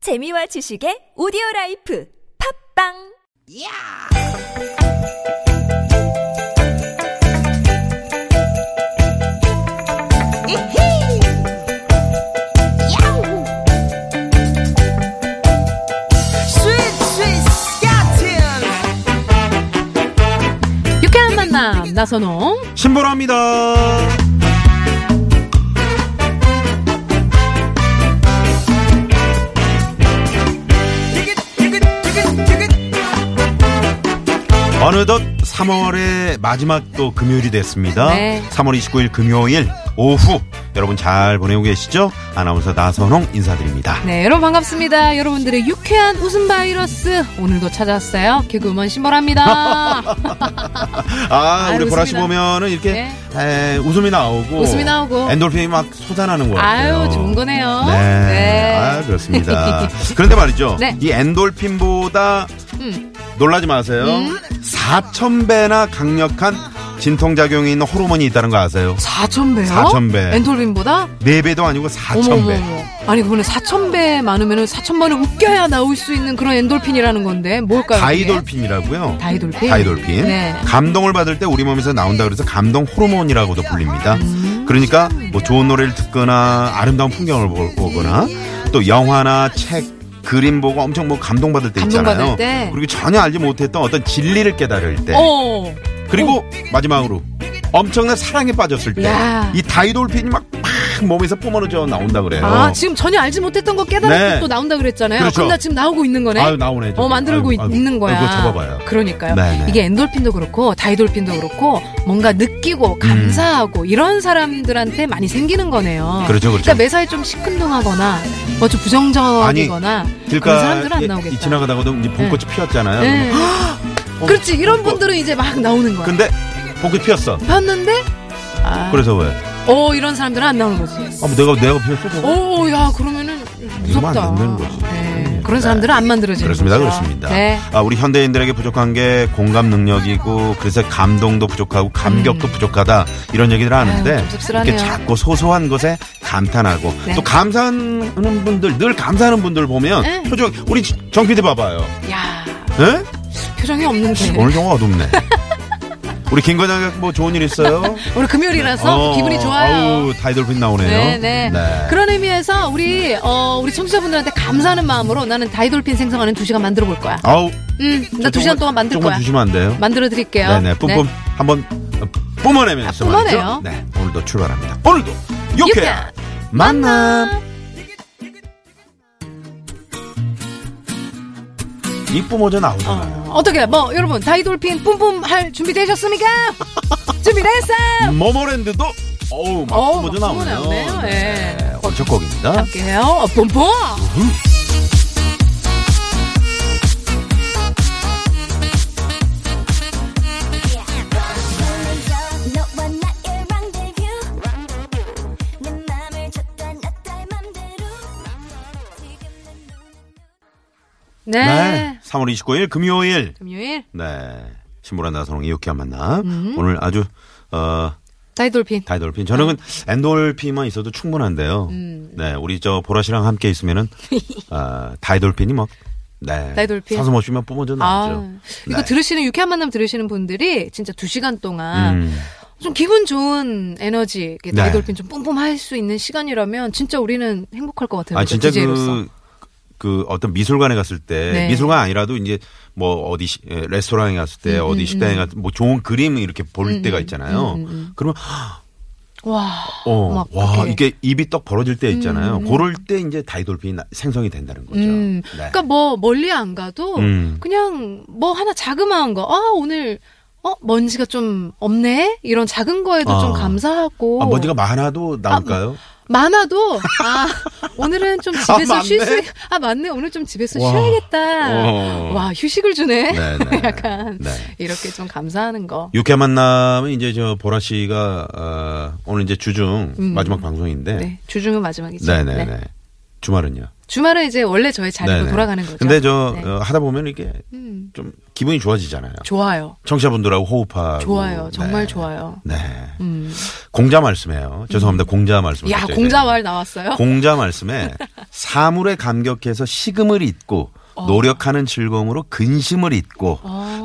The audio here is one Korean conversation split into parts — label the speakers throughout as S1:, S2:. S1: 재미와 지식의 오디오 라이프 팝빵!
S2: 유쾌한 만남 나선홍
S3: 신보라입니다. 어느덧 3월의 마지막 또 금요일이 됐습니다.
S2: 네.
S3: 3월 29일 금요일 오후 여러분 잘 보내고 계시죠? 아나운서 나선홍 인사드립니다.
S2: 네 여러분 반갑습니다 여러분들의 유쾌한 웃음 바이러스 오늘도 찾아왔어요 개그우먼 신보라입니다
S3: 아,
S2: 아유,
S3: 우리 보라 씨
S2: 웃음이 나- 네.
S3: 보면은 이렇게 에, 웃음이 나오고
S2: 웃음이 나오고.
S3: 엔돌핀이 막 솟아나는 거예요.
S2: 아유 좋은 거네요
S3: 네. 아, 그렇습니다. 그런데 말이죠.
S2: 네.
S3: 이 엔돌핀보다
S2: 음.
S3: 놀라지 마세요. 4,000배나 강력한 진통작용이 있는 호르몬이 있다는 거 아세요?
S2: 4,000배요?
S3: 4,000배.
S2: 엔돌빈보다?
S3: 4배도 아니고 4,000배.
S2: 아니 그거는 4,000배 많으면 은 4,000번을 웃겨야 나올 수 있는 그런 그러니까 엔돌핀이라는 건데 뭘까요? 그게?
S3: 다이돌핀이라고요.
S2: 다이돌핀?
S3: 다이돌핀.
S2: 네.
S3: 감동을 받을 때 우리 몸에서 나온다 그래서 감동 호르몬이라고도 불립니다.
S2: 음.
S3: 그러니까 뭐 좋은 노래를 듣거나 아름다운 풍경을 보- 보거나 또 영화나 책 그림 보고 엄청 뭐 감동받을 때
S2: 감동받을
S3: 있잖아요.
S2: 때.
S3: 그리고 전혀 알지 못했던 어떤 진리를 깨달을 때.
S2: 어.
S3: 그리고 마지막으로 엄청난 사랑에 빠졌을 때
S2: 야.
S3: 이 다이돌핀이 막, 막 몸에서 뿜어져 나온다 그래요.
S2: 아 지금 전혀 알지 못했던 거 깨달을
S3: 네.
S2: 때 또 나온다 그랬잖아요
S3: 그렇죠.
S2: 그럼 나 지금 나오고 있는 거네
S3: 아유, 나오네. 저기.
S2: 어 만들고
S3: 아이고, 아이고.
S2: 있는 거야.
S3: 그거 접어봐요.
S2: 그러니까요.
S3: 네네.
S2: 이게 엔돌핀도 그렇고 다이돌핀도 그렇고 뭔가
S3: 음.
S2: 느끼고 감사하고 이런 사람들한테 많이 생기는 거네요.
S3: 그렇죠,
S2: 러니까
S3: 그렇죠.
S2: 매사에 좀 시큰둥하거나 뭐 좀 부정적이거나 그런 사람들은 안
S3: 이
S2: 나오겠다.
S3: 그러니까 예, 지나가다가도 이제 봄꽃이 피었잖아요.
S2: 네.
S3: 어,
S2: 그렇지 이런
S3: 이거-
S2: 분들은 이제 막 나오는 거야.
S3: 근데 봄꽃 피었어.
S2: 봤는데 아,
S3: 그래서 왜?
S2: 어 이런 사람들은 안 나오는 거지.
S3: 아, 뭐 내가 내가 피었어. 저거?
S2: 오, 야, 그러면은 무섭다.
S3: 이러면 안 되는 거지.
S2: 네, 그런
S3: 네.
S2: 사람들은 안 만들어지는
S3: 그렇습니다,
S2: 거죠.
S3: 그렇습니다.
S2: 네.
S3: 아, 우리 현대인들에게 부족한 게 공감 능력이고 그래서 감동도 부족하고 감격도 부족하다 이런 얘기를 하는데
S2: 음. 아유, 좀 씁쓸하네요.
S3: 이렇게 자꾸 소소한 것에 감탄하고
S2: 네.
S3: 또 감사하는 분들 늘 감사하는 분들 보면
S2: 네.
S3: 표정 우리 정 PD 봐봐요.
S2: 야,
S3: 예?
S2: 표정이 없는데.
S3: 오늘 경우가 어둡네. 우리 김 과장 뭐 좋은 일 있어요?
S2: 오늘 금요일이라서
S3: 어,
S2: 기분이 좋아요.
S3: 아우 다이돌핀 나오네요.
S2: 네네.
S3: 네.
S2: 그런 의미에서 우리 어 우리 청취자분들한테 감사하는 마음으로 나는 다이돌핀 생성하는 두 시간 만들어 볼 거야.
S3: 아우
S2: 음, 나 두 시간 동안 만들
S3: 조금
S2: 거야.
S3: 주시면 안 돼요?
S2: 만들어 드릴게요.
S3: 네네. 뿜뿜 한번 뿜어내면서
S2: 아,
S3: 말이죠.
S2: 뿜어내요.
S3: 네. 오늘도 출발합니다. 오늘도 이렇게
S2: 유쾌한
S3: 만남. 이 뿜어져 나오잖아요.
S2: 어, 떻게뭐 여러분 다이돌핀 뿜뿜 할 준비 되셨습니까? 준비됐어?
S3: 모모랜드도 어우 막
S2: 어우,
S3: 음, 뿜어져
S2: 막
S3: 나오네요.
S2: 뿜어나오네요. 예.
S3: 오늘 첫 곡입니다.
S2: 함께해요. 어, 뿜뿜.
S4: 너와 나의 랑데뷰 내 맘을 줬다 놨다 맘대로 지금 난 너무
S2: 네.
S3: 네. 3월 29일 금요일.
S2: 금요일
S3: 네. 신보라 나선홍 이웃기한 만남.
S2: 음.
S3: 오늘 아주 어
S2: 다이돌핀.
S3: 다이돌핀. 저는
S2: 아.
S3: 엔돌핀만 있어도 충분한데요.
S2: 음.
S3: 네, 우리 저 보라 씨랑 함께 있으면은 아, 다이돌핀이 막 네.
S2: 다이돌핀.
S3: 사슴없이 막 뿜어져 나오죠.
S2: 아, 이거
S3: 네.
S2: 들으시는 유쾌한 만남 들으시는 분들이 진짜 두 시간 동안
S3: 음.
S2: 좀 기분 좋은 에너지, 이렇게
S3: 네.
S2: 다이돌핀 좀 뿜뿜할 수 있는 시간이라면 진짜 우리는 행복할 것 같아요.
S3: 아, 진짜
S2: DJ로서.
S3: 그, 그 어떤 미술관에 갔을 때
S2: 네.
S3: 미술관 아니라도 이제 뭐 어디 시- 에, 레스토랑에 갔을 때
S2: 음,
S3: 어디 식당에 갔을 때뭐 좋은 그림 이렇게 볼 때가 있잖아요. 그러면
S2: 와,
S3: 어,
S2: 음, 막
S3: 와,
S2: 이렇게.
S3: 이게 입이 떡 벌어질 때 있잖아요. 그럴 때 이제 다이돌핀이 나- 생성이 된다는 거죠.
S2: 음,
S3: 네.
S2: 그러니까 뭐 멀리 안 가도
S3: 음.
S2: 그냥 뭐 하나 자그마한 거, 아 오늘 어 먼지가 좀 없네 이런 작은 거에도
S3: 아.
S2: 좀 감사하고
S3: 아, 먼지가 많아도 나올까요?
S2: 많아도 아 오늘은 좀 집에서
S3: 아,
S2: 쉴 수,
S3: 맞네.
S2: 아 맞네 오늘 좀 집에서
S3: 와.
S2: 쉬어야겠다.
S3: 어.
S2: 와 휴식을 주네.
S3: 네, 네.
S2: 약간
S3: 네.
S2: 이렇게 좀 감사하는 거.
S3: 육회 만남은 이제 저 보라 씨가 아, 어, 오늘 이제 주중 마지막 방송인데
S2: 음. 네, 주중은 네, 마지막이죠.
S3: 네네네 주말은요
S2: 주말은 이제 원래 저의 자리로
S3: 네네.
S2: 돌아가는 거죠.
S3: 근데 저
S2: 네.
S3: 어, 하다 보면 이렇게
S2: 음,
S3: 좀 기분이 좋아지잖아요.
S2: 좋아요.
S3: 청취자분들하고 호흡하고.
S2: 좋아요. 정말
S3: 네.
S2: 좋아요.
S3: 네.
S2: 음.
S3: 공자 말씀이에요. 죄송합니다. 공자 말씀.
S2: 야, 공자말 나왔어요?
S3: 음, 공자 말씀에 사물에 감격해서 식음을 잊고
S2: 어.
S3: 노력하는 즐거움으로 근심을 잊고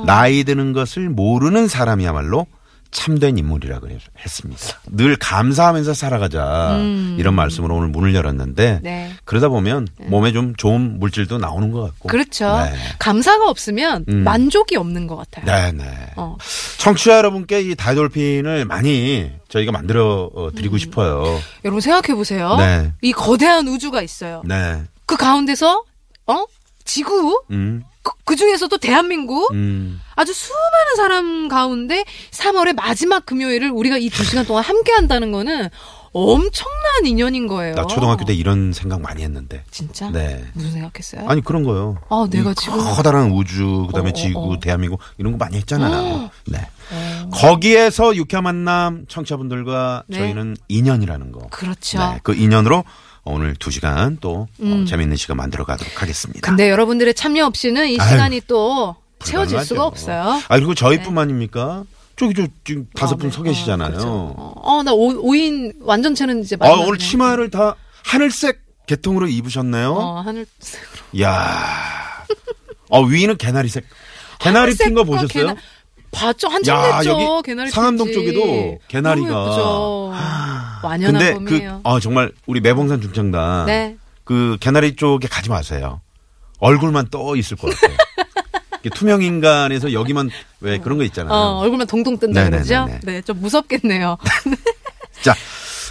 S3: 나이 드는 것을 모르는 사람이야말로 참된 인물이라 그래 했습니다. 늘 감사하면서 살아가자 이런 말씀으로 오늘 문을 열었는데
S2: 음. 네.
S3: 그러다 보면 몸에 좀 좋은 물질도 나오는 것 같고
S2: 그렇죠.
S3: 네.
S2: 감사가 없으면
S3: 음.
S2: 만족이 없는 것 같아요.
S3: 네, 네.
S2: 어.
S3: 청취자 여러분께 이 다이돌핀을 많이 저희가 만들어 어, 드리고
S2: 음.
S3: 싶어요.
S2: 여러분 생각해 보세요.
S3: 네.
S2: 이 거대한 우주가 있어요.
S3: 네.
S2: 그 가운데서 어 지구
S3: 음.
S2: 그, 그 중에서도 대한민국
S3: 음.
S2: 아주 수많은 사람 가운데 3월의 마지막 금요일을 우리가 이 두 시간 동안 함께 한다는 거는 엄청난 인연인 거예요.
S3: 나 초등학교 때 이런 생각 많이 했는데.
S2: 진짜
S3: 네.
S2: 무슨 생각했어요?
S3: 아니 그런 거요.
S2: 아, 내가
S3: 이
S2: 지금-
S3: 커다란 우주 그다음에
S2: 어, 어,
S3: 지구
S2: 어.
S3: 대한민국 이런 거 많이 했잖아요. 네. 거기에서 유쾌한 만남 청취자분들과
S2: 네.
S3: 저희는 인연이라는 거.
S2: 그렇죠. 음.
S3: 네. 그 인연으로 오늘 두 시간 또 어, 재밌는 시간 만들어 가도록 하겠습니다.
S2: 근데 여러분들의 참여 없이는 이
S3: 아유,
S2: 시간이 또 채워질
S3: 불가능하죠.
S2: 수가 없어요. 네.
S3: 아 그리고 저희뿐만입니까? 저기 저 지금 다섯 분 서 계시잖아요.
S2: 어나 오인 완전체는 이제
S3: 아,
S2: 마지막이네.
S3: 오늘 치마를 다 하늘색 개통으로 입으셨네요.
S2: 어 하늘
S3: 야. 어 위는 개나리색. 개나리 핀 거
S2: 하늘색과
S3: 보셨어요?
S2: 개나- 봤죠 한참
S3: 야,
S2: 됐죠.
S3: 여기
S2: 개나리
S3: 상암동
S2: 핀지.
S3: 쪽에도 개나리가.
S2: 너무 예쁘죠. 완연한
S3: 근데
S2: 봄이에요.
S3: 그 아 정말 우리 매봉산 중창단
S2: 네.
S3: 그 개나리 쪽에 가지 마세요. 얼굴만 떠 있을 것 같아요. 이게 투명 인간에서 여기만 왜 그런 거 있잖아요.
S2: 어, 얼굴만 동동 뜬다
S3: 네네네네.
S2: 그러죠? 네, 좀 무섭겠네요.
S3: 자,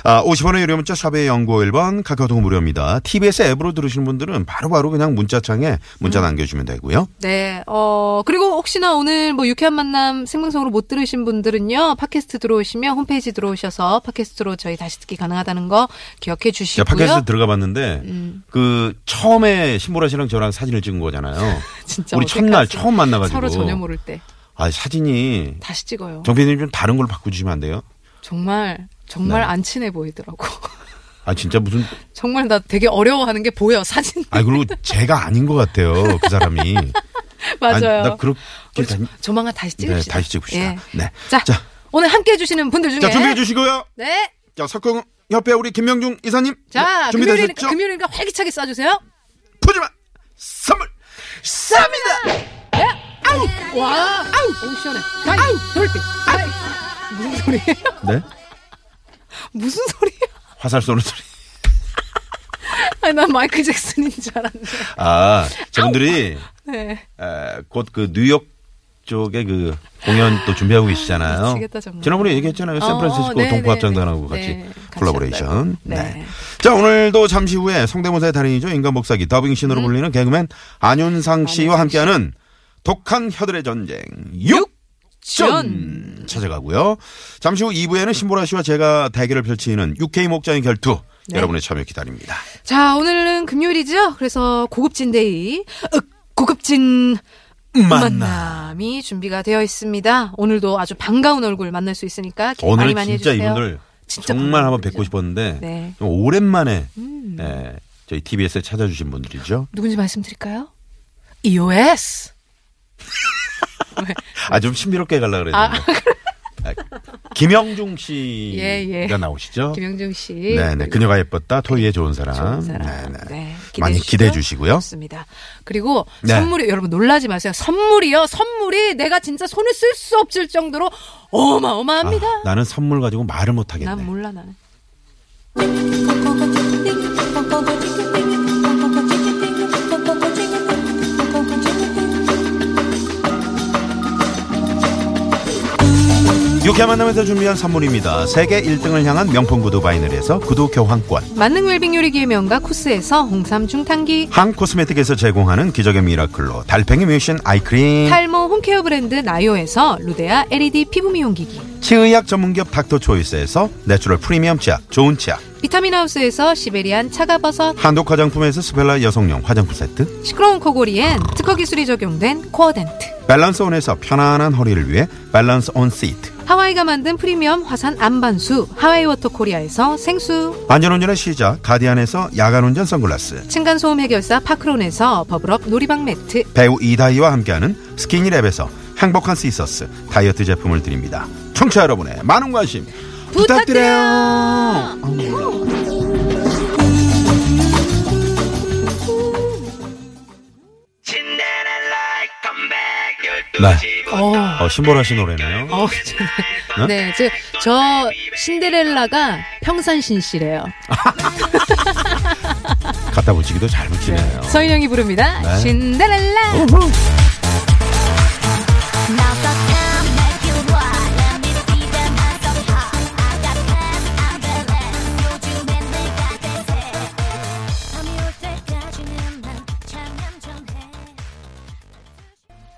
S3: 아, 50원의 유료 문자 샵의 연구 1번 카카오톡 무료입니다. TBS 앱으로 들으시는 분들은 바로바로 그냥 문자창에
S2: 음.
S3: 문자 남겨주면 되고요.
S2: 네, 어, 그리고 혹시나 오늘 뭐 유쾌한 만남 생방송으로 못 들으신 분들은요, 팟캐스트 들어오시면 홈페이지 들어오셔서 팟캐스트로 저희 다시 듣기 가능하다는 거 기억해
S3: 제가
S2: 주시고요. 음.
S3: 팟캐스트 들어가 봤는데 그 처음에 신보라 씨랑 저랑 사진을 찍은 거잖아요.
S2: 진짜
S3: 우리
S2: 어색하지.
S3: 첫날 처음 만나가지고
S2: 서로 전혀 모를 때
S3: 아 사진이
S2: 다시 찍어요.
S3: 정 PD님 좀 다른 걸로 바꿔주시면 안 돼요?
S2: 정말, 정말
S3: 네.
S2: 안 친해 보이더라고.
S3: 아 진짜 무슨
S2: 정말 나 되게 어려워하는 게 보여, 사진.
S3: 아 그리고 제가 아닌 것 같아요 그 사람이
S2: 맞아요.
S3: 아니, 나 그렇게
S2: 우리
S3: 다니-
S2: 조- 조만간 다시 찍읍시다. 예.
S3: 네, 다시 찍읍시다. 네.
S2: 자,
S3: 자.
S2: 오늘 함께 해주시는 분들 중에.
S3: 자 준비해 주시고요.
S2: 네.
S3: 자 석공 협회 우리 김명중 이사님
S2: 자, 금요일이니까,
S3: 네, 준비되셨죠?
S2: 금요일이니까 활기차게 쏴주세요.
S3: 푸짐한 선물 쌉니다.
S2: 와, 아우, 너무 시원해. 다이, 돌핀, 다이. 무슨 소리예요?
S3: 네
S2: 무슨 소리야?
S3: 화살 쏘는 소리.
S2: 아니, 난 마이클 잭슨인 줄 알았는데.
S3: 아 저분들이
S2: 네.
S3: 곧 그 뉴욕 쪽에 그 공연 또 준비하고 계시잖아요.
S2: 미치겠다, 정말.
S3: 지난번에 얘기했잖아요. 샌프란시스코
S2: 어, 네, 네, 네.
S3: 동포합장단하고 같이
S2: 네, 같이
S3: 콜라보레이션.
S2: 했다고. 네.
S3: 자 오늘도 잠시 후에 성대모사의 달인이죠 인간 복사기
S2: 음.
S3: 더빙신으로 불리는 개그맨 안윤상 씨와 함께하는 독한 혀들의 전쟁 육 전 찾아가고요. 잠시 후 2부에는 신보라 씨와 제가 대결을 펼치는 UK 목장의 결투
S2: 네.
S3: 여러분의 참여 기다립니다.
S2: 자, 오늘은 금요일이죠? 그래서 고급진 데이, 으, 고급진 만남이 준비가 되어 있습니다. 오늘도 아주 반가운 얼굴 만날 수 있으니까 기대 많이
S3: 오늘은
S2: 많이
S3: 진짜
S2: 해주세요.
S3: 이분들
S2: 진짜
S3: 정말
S2: 반가워요.
S3: 한번 뵙고 싶었는데
S2: 네. 음.
S3: 좀 오랜만에 예, 저희 TBS에 찾아주신 분들이죠.
S2: 누군지 말씀드릴까요? EOS.
S3: 아 좀 신비롭게 가려 그랬는데. 아, 김영중 씨가
S2: 예, 예.
S3: 나오시죠.
S2: 김영중 씨.
S3: 어? 네네
S2: 그리고
S3: 그녀가 예뻤다 토이의 좋은 사람.
S2: 좋은 사람.
S3: 네네.
S2: 네,
S3: 많이 기대해 주시고요.
S2: 좋습니다. 그리고
S3: 네.
S2: 선물이 여러분 놀라지 마세요. 선물이요. 선물이 내가 진짜 손을 쓸 수 없을 정도로
S3: 아,
S2: 어마어마합니다.
S3: 나는 선물 가지고 말을 못 하겠네.
S2: 난 몰라 나는.
S3: 육회 만남에서 준비한 선물입니다. 세계 1등을 향한 명품 구두 바이널에서 구두 교환권.
S2: 만능 웰빙 요리기의 명가 쿠스에서 홍삼 중탕기.
S3: 한 코스메틱에서 제공하는 기적의 미라클로 달팽이 뮤신 아이크림.
S2: 탈모 홈케어 브랜드 나요에서 루데아 LED 피부 미용기기.
S3: 치의학 전문기업 닥터 초이스에서 내추럴 프리미엄 치약, 좋은 치약.
S2: 비타민 하우스에서 시베리안 차가버섯.
S3: 한독 화장품에서 스펠라 여성용 화장품 세트.
S2: 시끄러운 코골이엔 특허 기술이 적용된 코어덴트.
S3: 밸런스 온에서 편안한 허리를 위해 밸런스 온 시트.
S2: 하와이가 만든 프리미엄 화산 안반수 하와이 워터 코리아에서 생수
S3: 안전운전의 시작 가디안에서 야간운전 선글라스
S2: 층간소음 해결사 파크론에서 버블업 놀이방 매트
S3: 배우 이다희와 함께하는 스키니랩에서 행복한 시서스 다이어트 제품을 드립니다. 청취자 여러분의 많은 관심 부탁드려요. 네,
S2: 어.
S3: 어, 신보라 씨 노래네요.
S2: 어, 정말. 네, 저, 저 신데렐라가 평산신 씨래요.
S3: 갖다 붙이기도 잘 붙이네요.
S2: 서인영이 부릅니다.
S3: 네.
S2: 신데렐라.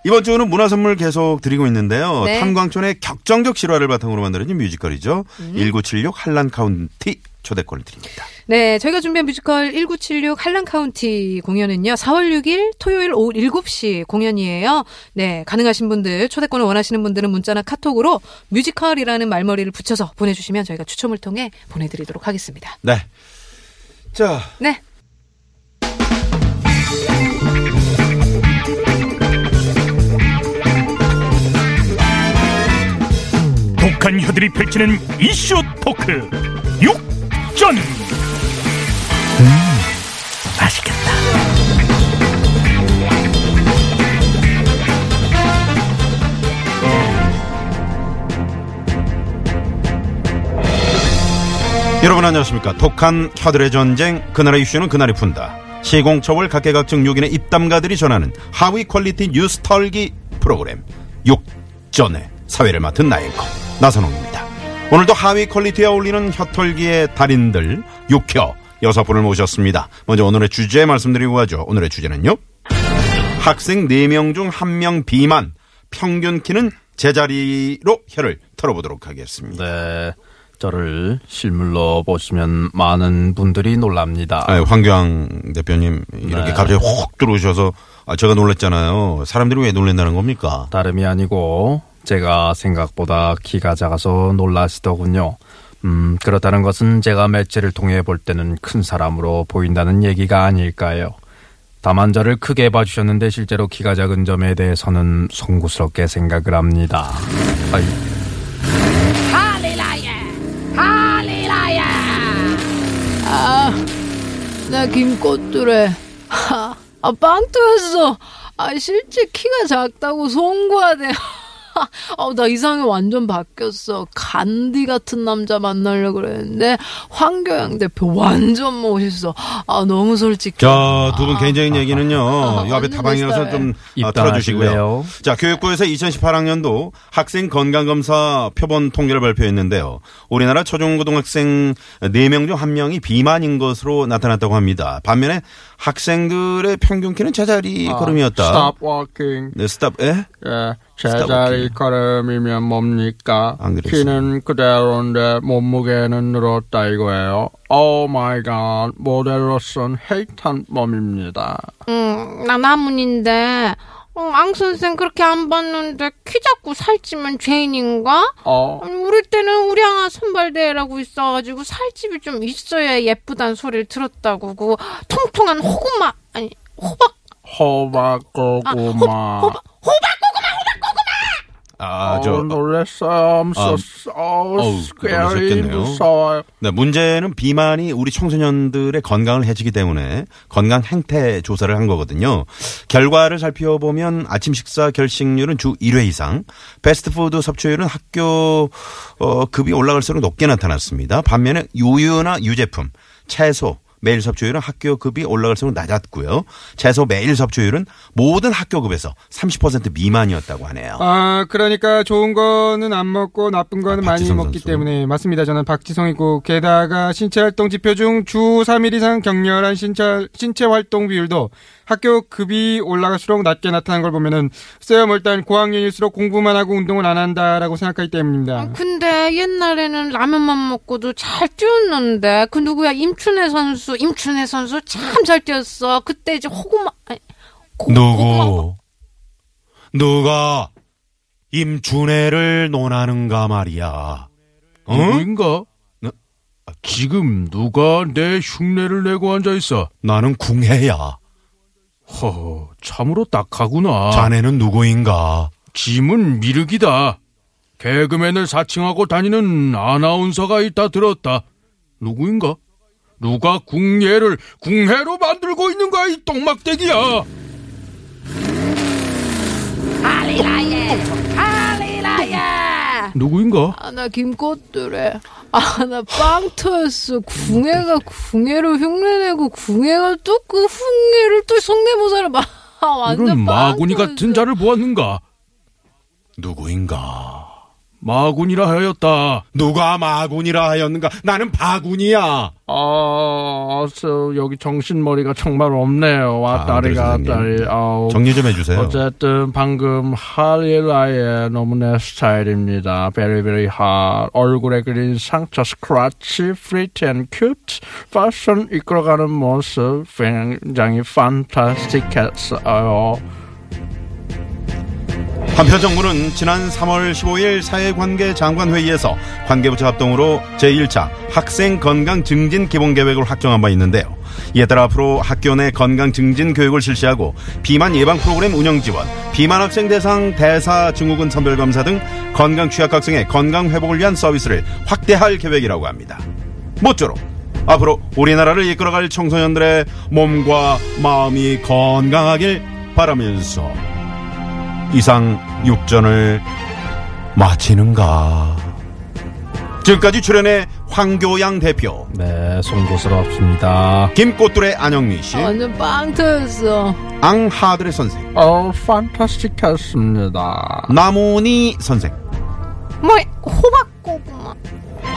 S3: 이번 주는 문화 선물 계속 드리고 있는데요.
S2: 네.
S3: 탐광촌의 격정적 실화를 바탕으로 만들어진 뮤지컬이죠. 1976 한란 카운티 초대권을 드립니다.
S2: 네, 저희가 준비한 뮤지컬 1976 한란 카운티 공연은요. 4월 6일 토요일 오후 7시 공연이에요. 네, 가능하신 분들 초대권을 원하시는 분들은 문자나 카톡으로 뮤지컬이라는 말머리를 붙여서 보내 주시면 저희가 추첨을 통해 보내 드리도록 하겠습니다.
S3: 네. 자,
S2: 네.
S5: 북한 혀들이 펼치는 이슈 토크 육전 음, 맛있겠다
S3: 여러분 안녕하십니까. 독한 혀들의 전쟁, 그날의 이슈는 그날이 푼다. 시공처벌 각계각층 6인의 입담가들이 전하는 하위 퀄리티 뉴스 털기 프로그램 6전의 사회를 맡은 나의 것 나선홍입니다. 오늘도 하위 퀄리티에 어울리는 혀털기의 달인들 6혀 여섯 분을 모셨습니다. 먼저 오늘의 주제 말씀드리고 가죠. 오늘의 주제는요. 학생 4명 중 1명 비만 평균 키는 제자리로 혀를 털어보도록 하겠습니다.
S6: 네, 저를 실물로 보시면 많은 분들이 놀랍니다.
S3: 아니, 황교안 대표님 이렇게
S6: 네.
S3: 갑자기 확 들어오셔서 아, 제가 놀랬잖아요. 사람들이 왜 놀랬다는 겁니까?
S6: 다름이 아니고 제가 생각보다 키가 작아서 놀라시더군요. 음, 그렇다는 것은 제가 매체를 통해 볼 때는 큰 사람으로 보인다는 얘기가 아닐까요? 다만 저를 크게 봐주셨는데 실제로 키가 작은 점에 대해서는 송구스럽게 생각을 합니다. 아이,
S2: 나 김꽃뚜레. 아, 아 빵뜨였어. 아, 실제 키가 작다고 송구하대. 어, 나 이상해 완전 바뀌었어. 간디 같은 남자 만나려고 그랬는데 황교양 대표 완전 멋있어. 아, 너무 솔직해.
S3: 자, 두 분 개인적인 얘기는요.
S2: 아,
S3: 이 앞에
S2: 맞는
S3: 다방이라서
S2: 멘트다.
S3: 좀 아,
S6: 입단
S3: 들어주시고요.
S6: 하실래요?
S3: 자, 교육부에서 2018학년도 학생 건강검사 표본 통계를 발표했는데요. 우리나라 초중고등학생 4명 중 1명이 비만인 것으로 나타났다고 합니다. 반면에 학생들의 평균 키는 제자리 걸음이었다.
S7: 아, 스탑 워킹.
S3: 네, 스탑. 예?
S7: 예,
S3: Stop
S7: 제자리
S3: walking.
S7: 걸음이면 뭡니까?
S3: 안 그랬어요.
S7: 키는 그대로인데 몸무게는 늘었다 이거예요. 오 마이 갓. 모델로선 헤이탄 몸입니다.
S8: 응, 나 나문인데, 어, 앙 선생 그렇게 안 봤는데 키 작고 살찌면 죄인인가?
S7: 어,
S8: 아니, 우리 때는 우리 항아 선발대회라고 있어가지고 살집이 좀 있어야 예쁘단 소리를 들었다고 그 통통한 호구마 아니 호박
S7: 호박고구마.
S3: 아,
S7: 어,
S3: 저
S7: 놀랬어요. I'm so,
S3: 아,
S7: so
S3: 어우,
S7: scary.
S3: 놀라셨겠네요.
S7: 무서워요.
S3: 네, 문제는 비만이 우리 청소년들의 건강을 해치기 때문에 건강 행태 조사를 한 거거든요. 결과를 살펴보면 아침 식사 결식률은 주 1회 이상, 패스트푸드 섭취율은 학교 어, 급이 올라갈수록 높게 나타났습니다. 반면에 유유나 유제품, 채소, 매일 섭취율은 학교 급이 올라갈수록 낮았고요. 채소 매일 섭취율은 모든 학교급에서 30% 미만이었다고 하네요.
S9: 아, 그러니까 좋은 거는 안 먹고 나쁜 거는
S3: 아,
S9: 많이
S3: 박지성
S9: 먹기
S3: 선수.
S9: 때문에 맞습니다. 저는 박지성이고 게다가 신체 활동 지표 중 주 3일 이상 격렬한 신체 신체 활동 비율도 학교 급이 올라갈수록 낮게 나타난 걸 보면은 쌤 일단 고학년일수록 공부만 하고 운동을 안 한다라고 생각하기
S7: 아.
S9: 때문입니다.
S8: 근데 옛날에는 라면만 먹고도 잘 뛰었는데 그 누구야 임춘혜 선수 임춘혜 선수 참 잘 뛰었어 그때 이제 호구마 아니 고- 호구마-
S3: 누구? 누가? 임준애를 논하는가 말이야. 어?
S7: 누구인가?
S3: 네?
S7: 아, 지금 누가 내 흉내를 내고 앉아 있어?
S3: 나는 궁해야.
S7: 허, 참으로 딱하구나.
S3: 자네는 누구인가?
S7: 짐은 미륵이다. 개그맨을 사칭하고 다니는 아나운서가 있다 들었다. 누구인가? 누가 궁예를 궁해로 만들고 있는가 이 똥막대기야. 누구인가?
S2: 아, 나 김꽃뚜레. 아, 나 빵터였어. 궁예가 궁예로 흉내내고, 궁예가 또 그 흉내를 또 성대모사를 막, 아, 완전
S7: 이런 마구니
S2: 빵터였어.
S7: 같은 자를 보았는가?
S3: 누구인가?
S7: 마군이라 하였다.
S3: 누가 마군이라 하였는가? 나는 바군이야.
S7: 어. 아, 저 여기 정신머리가 정말 없네요.
S3: 아, 다리가, 선생님. 다리,
S7: 아우.
S3: 정리 좀 해주세요.
S7: 어쨌든 방금 하릴라의 너무 내 스타일입니다. Very very hard. 얼굴에 그린 상처 스크래치, pretty and cute. 패션 이끌어가는 모습 굉장히 판타스틱했어요.
S3: 한편 정부는 지난 3월 15일 사회관계 장관회의에서 관계부처 합동으로 제1차 학생 건강 증진 기본 계획을 확정한 바 있는데요. 이에 따라 앞으로 학교 내 건강 증진 교육을 실시하고 비만 예방 프로그램 운영 지원, 비만 학생 대상 대사 증후군 선별 검사 등 건강 취약 학생의 건강 회복을 위한 서비스를 확대할 계획이라고 합니다. 모쪼록 앞으로 우리나라를 이끌어갈 청소년들의 몸과 마음이 건강하길 바라면서 이상 육전을 마치는가. 지금까지 출연의 황교양 대표,
S6: 네, 송구스럽습니다.
S3: 김꽃돌의 안영미 씨,
S2: 아, 완전 빵터였어.
S3: 앙하드레 선생,
S7: 어, 판타스틱했습니다.
S3: 나무니 선생,
S8: 뭐 호박 고구마.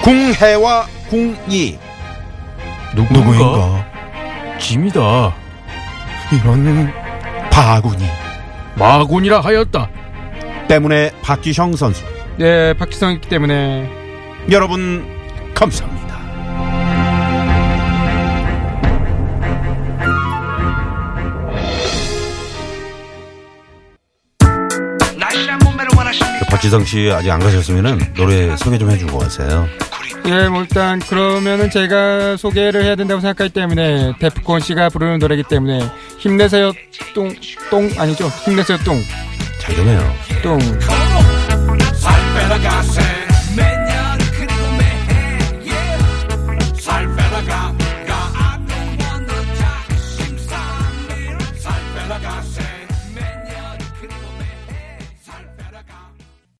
S3: 궁해와 궁이.
S7: 짐이다.
S3: 이런 바구니
S7: 마군이라 하였다.
S3: 때문에 박지성 선수.
S9: 네, 박지성 있기 때문에
S3: 여러분, 감사합니다. 박지성 씨 아직 안 가셨으면은 노래 소개 좀 해주고 가세요.
S9: 예, 뭐 일단 그러면은 제가 소개를 해야 된다고 생각하기 때문에 데프콘 씨가 부르는 노래이기 때문에 힘내세요 똥 똥 아니죠? 힘내세요 똥
S3: 잘 좀 해요.
S9: 똥.
S5: 살 빼라 가세